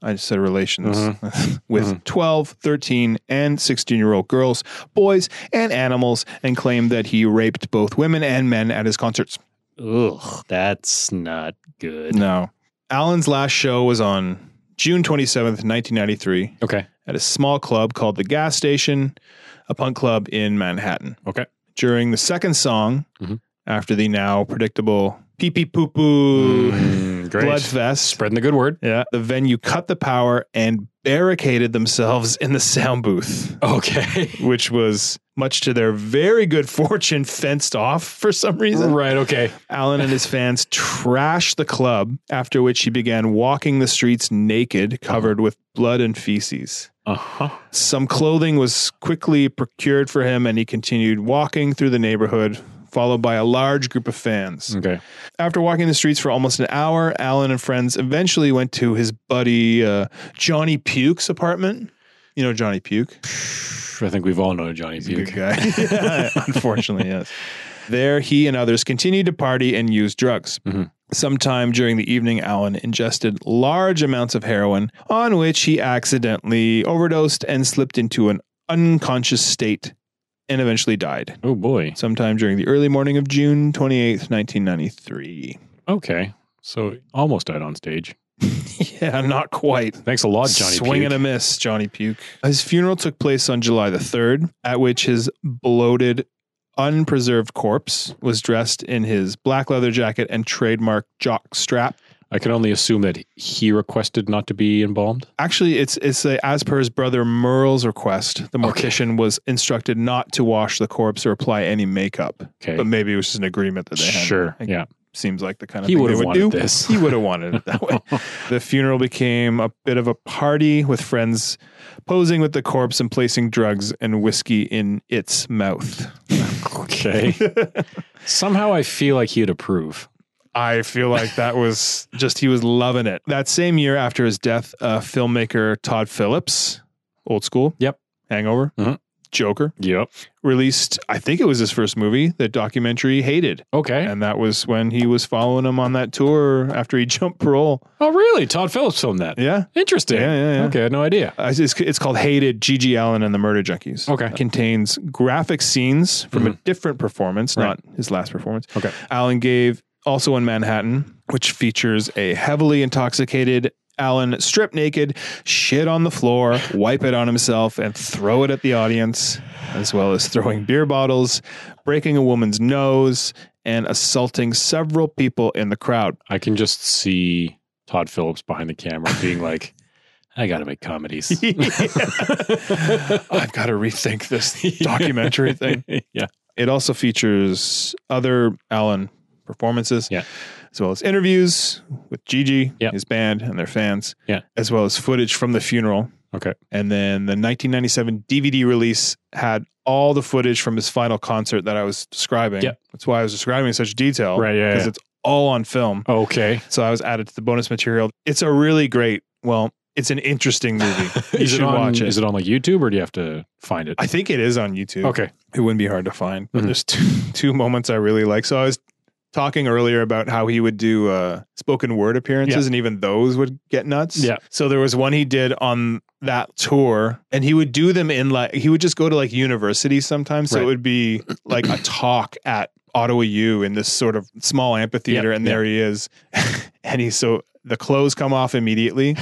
[SPEAKER 2] I just said relations
[SPEAKER 1] Mm-hmm.
[SPEAKER 2] with 12, 13, and 16 year old girls, boys, and animals, and claimed that he raped both women and men at his concerts.
[SPEAKER 1] ugh that's not good
[SPEAKER 2] No. Allen's last show was on June 27th, 1993,
[SPEAKER 1] okay
[SPEAKER 2] at a small club called The Gas Station, a punk club in Manhattan.
[SPEAKER 1] okay
[SPEAKER 2] During the second song,
[SPEAKER 1] Mhm.
[SPEAKER 2] after the now predictable pee pee poo poo
[SPEAKER 1] Mm, great.
[SPEAKER 2] blood fest.
[SPEAKER 1] Spreading the good word.
[SPEAKER 2] Yeah. The venue cut the power and barricaded themselves in the sound booth,
[SPEAKER 1] Okay.
[SPEAKER 2] which was much to their very good fortune fenced off for some reason.
[SPEAKER 1] right. Okay.
[SPEAKER 2] Allen and his fans trashed the club, after which he began walking the streets naked, covered with blood and feces.
[SPEAKER 1] Uh huh.
[SPEAKER 2] Some clothing was quickly procured for him, and he continued walking through the neighborhood, followed by a large group of fans.
[SPEAKER 1] Okay.
[SPEAKER 2] After walking the streets for almost an hour, Allen and friends eventually went to his buddy uh, Johnny Puke's apartment. You know Johnny Puke?
[SPEAKER 1] I think we've all known Johnny
[SPEAKER 2] He's a good
[SPEAKER 1] Puke.
[SPEAKER 2] guy. Yeah, unfortunately, yes. There, he and others continued to party and use drugs.
[SPEAKER 1] Mhm.
[SPEAKER 2] Sometime during the evening, Allen ingested large amounts of heroin, on which he accidentally overdosed and slipped into an unconscious state and eventually died.
[SPEAKER 1] Oh boy.
[SPEAKER 2] Sometime during the early morning of June 28th, 1993.
[SPEAKER 1] Okay. So almost died on stage.
[SPEAKER 2] yeah, not quite.
[SPEAKER 1] Thanks a lot, Johnny.
[SPEAKER 2] Swing
[SPEAKER 1] Puke.
[SPEAKER 2] and a miss, Johnny Puke. His funeral took place on July the 3rd, at which his bloated, unpreserved corpse was dressed in his black leather jacket and trademark jock strap.
[SPEAKER 1] I can only assume that he requested not to be embalmed.
[SPEAKER 2] Actually, it's it's a, as per his brother Merle's request, the
[SPEAKER 1] Okay.
[SPEAKER 2] mortician was instructed not to wash the corpse or apply any makeup.
[SPEAKER 1] Okay.
[SPEAKER 2] But maybe it was just an agreement that they had.
[SPEAKER 1] Sure.
[SPEAKER 2] I-
[SPEAKER 1] Yeah.
[SPEAKER 2] Seems like the kind of
[SPEAKER 1] He
[SPEAKER 2] thing
[SPEAKER 1] would
[SPEAKER 2] they
[SPEAKER 1] have
[SPEAKER 2] would
[SPEAKER 1] wanted
[SPEAKER 2] do.
[SPEAKER 1] this.
[SPEAKER 2] He would have wanted it that way. The funeral became a bit of a party with friends posing with the corpse and placing drugs and whiskey in its mouth.
[SPEAKER 1] Okay. Somehow I feel like he'd approve.
[SPEAKER 2] I feel like that was just, he was loving it. That same year after his death, uh, filmmaker Todd Phillips, old school.
[SPEAKER 1] Yep.
[SPEAKER 2] Hangover.
[SPEAKER 1] Mhm.
[SPEAKER 2] Joker
[SPEAKER 1] Yep.
[SPEAKER 2] released, I think it was his first movie, the documentary Hated.
[SPEAKER 1] Okay.
[SPEAKER 2] And that was when he was following him on that tour after he jumped parole.
[SPEAKER 1] oh, really? Todd Phillips filmed that.
[SPEAKER 2] Yeah.
[SPEAKER 1] Interesting.
[SPEAKER 2] Yeah, yeah, yeah.
[SPEAKER 1] Okay. I had no idea.
[SPEAKER 2] Uh, it's, it's called Hated G.G. Allen and the Murder Junkies.
[SPEAKER 1] Okay. Mm-hmm.
[SPEAKER 2] It contains graphic scenes from a different performance,
[SPEAKER 1] Right.
[SPEAKER 2] not his last performance.
[SPEAKER 1] Okay.
[SPEAKER 2] Allen gave also in Manhattan, which features a heavily intoxicated Allen strip naked, shit on the floor, wipe it on himself, and throw it at the audience, as well as throwing beer bottles, breaking a woman's nose, and assaulting several people in the crowd.
[SPEAKER 1] I can just see Todd Phillips behind the camera being like, I got to make comedies.
[SPEAKER 2] I've got to rethink this documentary thing.
[SPEAKER 1] yeah.
[SPEAKER 2] It also features other Allen performances,
[SPEAKER 1] Yeah.
[SPEAKER 2] as well as interviews with Gigi,
[SPEAKER 1] Yeah.
[SPEAKER 2] his band, and their fans,
[SPEAKER 1] Yeah.
[SPEAKER 2] as well as footage from the funeral.
[SPEAKER 1] Okay.
[SPEAKER 2] And then the 1997 DVD release had all the footage from his final concert that I was describing.
[SPEAKER 1] Yeah.
[SPEAKER 2] That's why I was describing in such detail,
[SPEAKER 1] Right, yeah,
[SPEAKER 2] Because
[SPEAKER 1] yeah.
[SPEAKER 2] it's all on film.
[SPEAKER 1] Okay.
[SPEAKER 2] So I was added to the bonus material. It's a really great. Well, it's an interesting movie. you
[SPEAKER 1] Is
[SPEAKER 2] should
[SPEAKER 1] it on,
[SPEAKER 2] watch it.
[SPEAKER 1] Is it on like YouTube or do you have to find it?
[SPEAKER 2] I think it is on YouTube.
[SPEAKER 1] okay.
[SPEAKER 2] It wouldn't be hard to find. But
[SPEAKER 1] Mhm.
[SPEAKER 2] there's two two moments I really like. So I was talking earlier about how he would do uh, spoken word appearances, and even those would get nuts.
[SPEAKER 1] Yeah.
[SPEAKER 2] So there was one he did on that tour, and he would do them in like he would just go to like universities sometimes. So
[SPEAKER 1] Right.
[SPEAKER 2] it would be like a talk at Ottawa U in this sort of small amphitheater,
[SPEAKER 1] Yeah,
[SPEAKER 2] and there he is, and he's so the clothes come off immediately,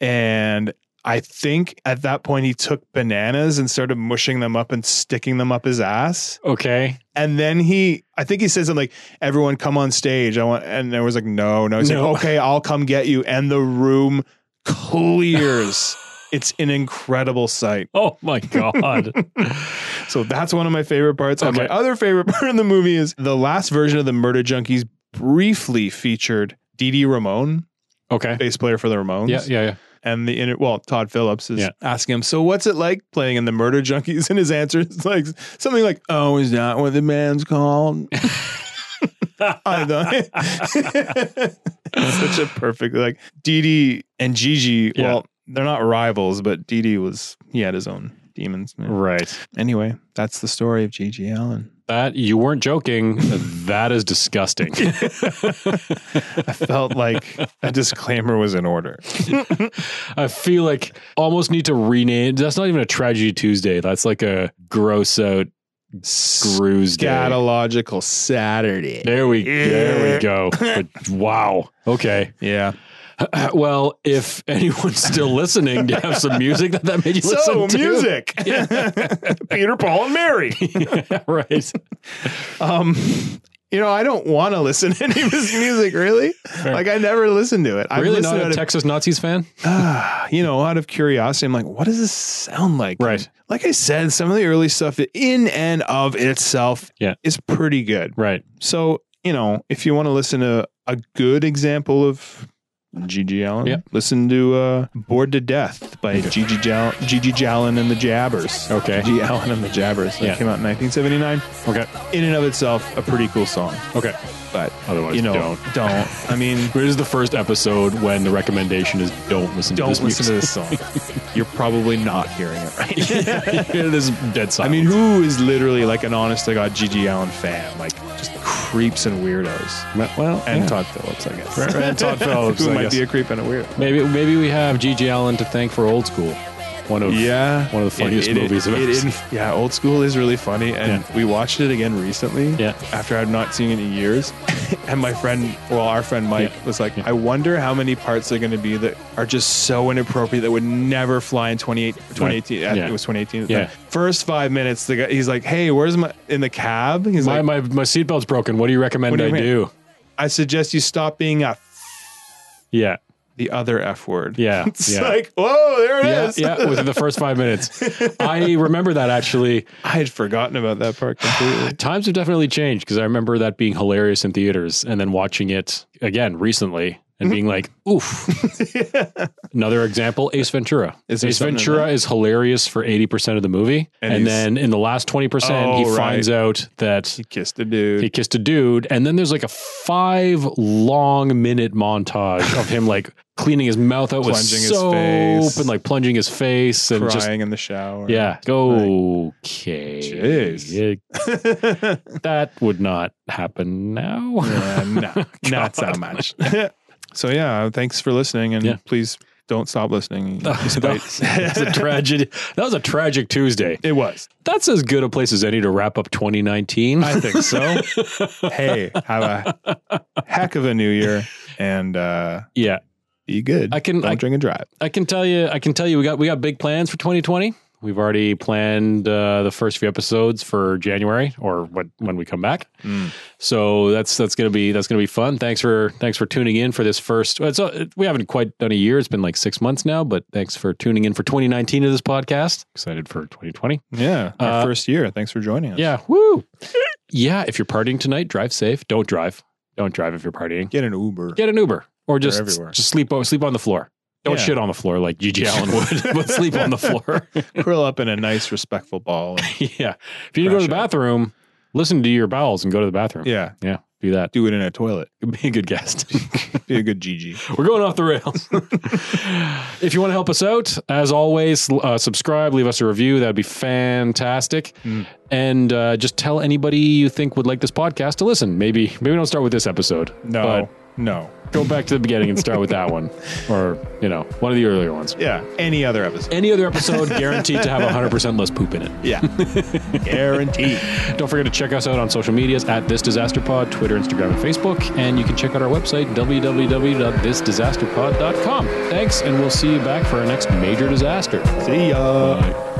[SPEAKER 2] and. I think at that point he took bananas and started mushing them up and sticking them up his ass.
[SPEAKER 1] Okay.
[SPEAKER 2] And then he, I think he said something like, "Everyone come on stage." I want, and there was like, "No, no." He's
[SPEAKER 1] No.
[SPEAKER 2] like, "Okay, I'll come get you." And the room clears. it's an incredible sight.
[SPEAKER 1] Oh my God.
[SPEAKER 2] So that's one of my favorite parts. And my
[SPEAKER 1] Okay.
[SPEAKER 2] other favorite part in the movie is the last version of the Murder Junkies briefly featured Dee Dee Ramone,
[SPEAKER 1] okay.
[SPEAKER 2] bass player for the Ramones.
[SPEAKER 1] Yeah. Yeah. Yeah.
[SPEAKER 2] And the inter- well, Todd Phillips is
[SPEAKER 1] Yeah.
[SPEAKER 2] asking him, "So what's it like playing in the Murder Junkies?" And his answer is like something like, "Oh, is that what the band's called?" I don't. Such a perfect like Dee Dee and Gigi.
[SPEAKER 1] Yeah.
[SPEAKER 2] Well, they're not rivals, but Dee Dee was he had his own demons. man.
[SPEAKER 1] Right.
[SPEAKER 2] Anyway, that's the story of Gigi Allen.
[SPEAKER 1] That you weren't joking. that is disgusting.
[SPEAKER 2] I felt like a disclaimer was in order.
[SPEAKER 1] I feel like almost need to rename. That's not even a tragedy Tuesday. That's like a gross out screws day.
[SPEAKER 2] Scatological Saturday.
[SPEAKER 1] There we there we go. But wow. Okay.
[SPEAKER 2] Yeah.
[SPEAKER 1] Well, if anyone's still listening, do you have some music that that made you
[SPEAKER 2] So
[SPEAKER 1] listen to?
[SPEAKER 2] music. Peter, Paul, and Mary.
[SPEAKER 1] Yeah, right.
[SPEAKER 2] Um, you know, I don't want to listen to any of his music, really. Like, I never listened to it. I
[SPEAKER 1] really
[SPEAKER 2] listened
[SPEAKER 1] not
[SPEAKER 2] out
[SPEAKER 1] a
[SPEAKER 2] of-
[SPEAKER 1] Texas Nazis fan?
[SPEAKER 2] Ah, you know, out of curiosity, I'm like, what does this sound like?
[SPEAKER 1] Right.
[SPEAKER 2] Like I said, some of the early stuff in and of itself
[SPEAKER 1] Yeah.
[SPEAKER 2] is pretty good.
[SPEAKER 1] Right.
[SPEAKER 2] So, you know, if you want to listen to a good example of Gigi Allen,
[SPEAKER 1] Yeah.
[SPEAKER 2] listen to uh, Bored to Death by Gigi, Jal- Gigi Jallin and the Jabbers.
[SPEAKER 1] Okay.
[SPEAKER 2] Gigi Allen and the Jabbers. That
[SPEAKER 1] Yeah.
[SPEAKER 2] came out in 1979.
[SPEAKER 1] Okay.
[SPEAKER 2] In and of itself, a pretty cool song.
[SPEAKER 1] Okay.
[SPEAKER 2] But,
[SPEAKER 1] Otherwise,
[SPEAKER 2] you know,
[SPEAKER 1] don't.
[SPEAKER 2] don't. I mean,
[SPEAKER 1] This is the first episode when the recommendation is don't listen
[SPEAKER 2] don't
[SPEAKER 1] to this
[SPEAKER 2] listen to
[SPEAKER 1] music.
[SPEAKER 2] this song. You're probably not hearing it right
[SPEAKER 1] this is dead
[SPEAKER 2] I
[SPEAKER 1] silence.
[SPEAKER 2] mean, who is literally like an honest to God Gigi Allen fan? Like just creeps and weirdos.
[SPEAKER 1] well,
[SPEAKER 2] And
[SPEAKER 1] yeah.
[SPEAKER 2] Todd Phillips, I guess.
[SPEAKER 1] Right, right, and Todd Phillips,
[SPEAKER 2] who
[SPEAKER 1] I
[SPEAKER 2] might
[SPEAKER 1] guess.
[SPEAKER 2] be a creep and a weirdo.
[SPEAKER 1] maybe maybe we have Gigi Allen to thank for Old School, one of
[SPEAKER 2] Yeah,
[SPEAKER 1] one of the funniest
[SPEAKER 2] It- it-
[SPEAKER 1] movies I've
[SPEAKER 2] it-
[SPEAKER 1] ever
[SPEAKER 2] it-
[SPEAKER 1] seen.
[SPEAKER 2] Yeah, Old School is really funny, and we watched it again recently.
[SPEAKER 1] Yeah.
[SPEAKER 2] after I'd not seen it in years, and my friend, well, our friend Mike
[SPEAKER 1] Yeah.
[SPEAKER 2] was like, "I wonder how many parts are going to be that are just so inappropriate that would never fly in 28, 2018. I think
[SPEAKER 1] Yeah.
[SPEAKER 2] It was twenty eighteen.
[SPEAKER 1] Yeah.
[SPEAKER 2] first five minutes, the guy, he's like, "Hey, where's my in the cab?" He's
[SPEAKER 1] my
[SPEAKER 2] like,
[SPEAKER 1] my my seatbelt's broken. What do you recommend
[SPEAKER 2] What do you
[SPEAKER 1] I
[SPEAKER 2] mean?
[SPEAKER 1] do?
[SPEAKER 2] I suggest you stop being a
[SPEAKER 1] Yeah,
[SPEAKER 2] the other F word.
[SPEAKER 1] yeah,
[SPEAKER 2] It's
[SPEAKER 1] yeah.
[SPEAKER 2] like, whoa, there it
[SPEAKER 1] yeah,
[SPEAKER 2] is.
[SPEAKER 1] yeah, within the first five minutes. I remember that actually.
[SPEAKER 2] I had forgotten about that part completely.
[SPEAKER 1] Times have definitely changed because I remember that being hilarious in theaters and then watching it again recently and being
[SPEAKER 2] Mm-hmm.
[SPEAKER 1] like, oof. Another example, Ace Ventura.
[SPEAKER 2] Is there
[SPEAKER 1] Ace
[SPEAKER 2] something in
[SPEAKER 1] Ventura
[SPEAKER 2] that?
[SPEAKER 1] is hilarious for 80% of the movie.
[SPEAKER 2] And
[SPEAKER 1] And,
[SPEAKER 2] he's-
[SPEAKER 1] then in the last 20%, he
[SPEAKER 2] Oh, right.
[SPEAKER 1] finds out that
[SPEAKER 2] He kissed a dude.
[SPEAKER 1] he kissed a dude. And then there's like a five long minute montage of him like cleaning his mouth out
[SPEAKER 2] Plunging
[SPEAKER 1] with
[SPEAKER 2] his
[SPEAKER 1] soap
[SPEAKER 2] face.
[SPEAKER 1] and like plunging his face and
[SPEAKER 2] crying
[SPEAKER 1] just
[SPEAKER 2] in the shower.
[SPEAKER 1] yeah. Okay.
[SPEAKER 2] Jeez. Yeah,
[SPEAKER 1] that would not happen now.
[SPEAKER 2] no, not so
[SPEAKER 1] God.
[SPEAKER 2] much. so yeah, thanks for listening, and
[SPEAKER 1] Yeah.
[SPEAKER 2] please don't stop listening.
[SPEAKER 1] that
[SPEAKER 2] Despite
[SPEAKER 1] was that was a tragedy. That was a tragic Tuesday.
[SPEAKER 2] it was,
[SPEAKER 1] That's as good a place as any to wrap up 2019.
[SPEAKER 2] I think so. hey, have a heck of a new year, and uh,
[SPEAKER 1] yeah,
[SPEAKER 2] be good.
[SPEAKER 1] I can-
[SPEAKER 2] don't
[SPEAKER 1] I-
[SPEAKER 2] drink and drive.
[SPEAKER 1] I can tell you. I can tell you. We got we got big plans for 2020. We've already planned uh, the first few episodes for January or what when we come back. So that's that's gonna be that's gonna be fun. Thanks for thanks for tuning in for this first. It's, uh, we haven't quite done a year. It's been like six months now, but thanks for tuning in for 2019 of this podcast. Excited for 2020.
[SPEAKER 2] Yeah, our
[SPEAKER 1] Uh,
[SPEAKER 2] first year. Thanks for joining us.
[SPEAKER 1] Yeah, woo. yeah, if you're partying tonight, drive safe. Don't drive. Don't drive if you're partying.
[SPEAKER 2] get an Uber.
[SPEAKER 1] Get an Uber or just
[SPEAKER 2] everywhere.
[SPEAKER 1] just sleep o- sleep on the floor. Don't
[SPEAKER 2] Yeah.
[SPEAKER 1] shit on the floor like Gigi Allen would, but sleep on the floor.
[SPEAKER 2] curl up in a nice, respectful ball. and-
[SPEAKER 1] yeah. If you need to go to
[SPEAKER 2] Fresh
[SPEAKER 1] the
[SPEAKER 2] air.
[SPEAKER 1] bathroom, listen to your bowels and go to the bathroom.
[SPEAKER 2] yeah,
[SPEAKER 1] Yeah, do that.
[SPEAKER 2] do it in a toilet.
[SPEAKER 1] Be a good guest.
[SPEAKER 2] Be a good Gigi.
[SPEAKER 1] We're going off the rails. if you want to help us out, as always, uh, subscribe, leave us a review. That'd be fantastic.
[SPEAKER 2] Mm.
[SPEAKER 1] And uh, just tell anybody you think would like this podcast to listen. Maybe, maybe don't start with this episode.
[SPEAKER 2] No, no.
[SPEAKER 1] But go back to the beginning and start with that one, or you know, one of the earlier ones.
[SPEAKER 2] Yeah, any other episode.
[SPEAKER 1] Any other episode guaranteed to have 100% less poop in it.
[SPEAKER 2] Yeah, guaranteed.
[SPEAKER 1] Don't forget to check us out on social medias at This Disaster Pod, Twitter, Instagram, and Facebook. And you can check out our website, www.thisdisasterpod.com. Thanks, and we'll see you back for our next major disaster.
[SPEAKER 2] See ya.
[SPEAKER 1] Bye.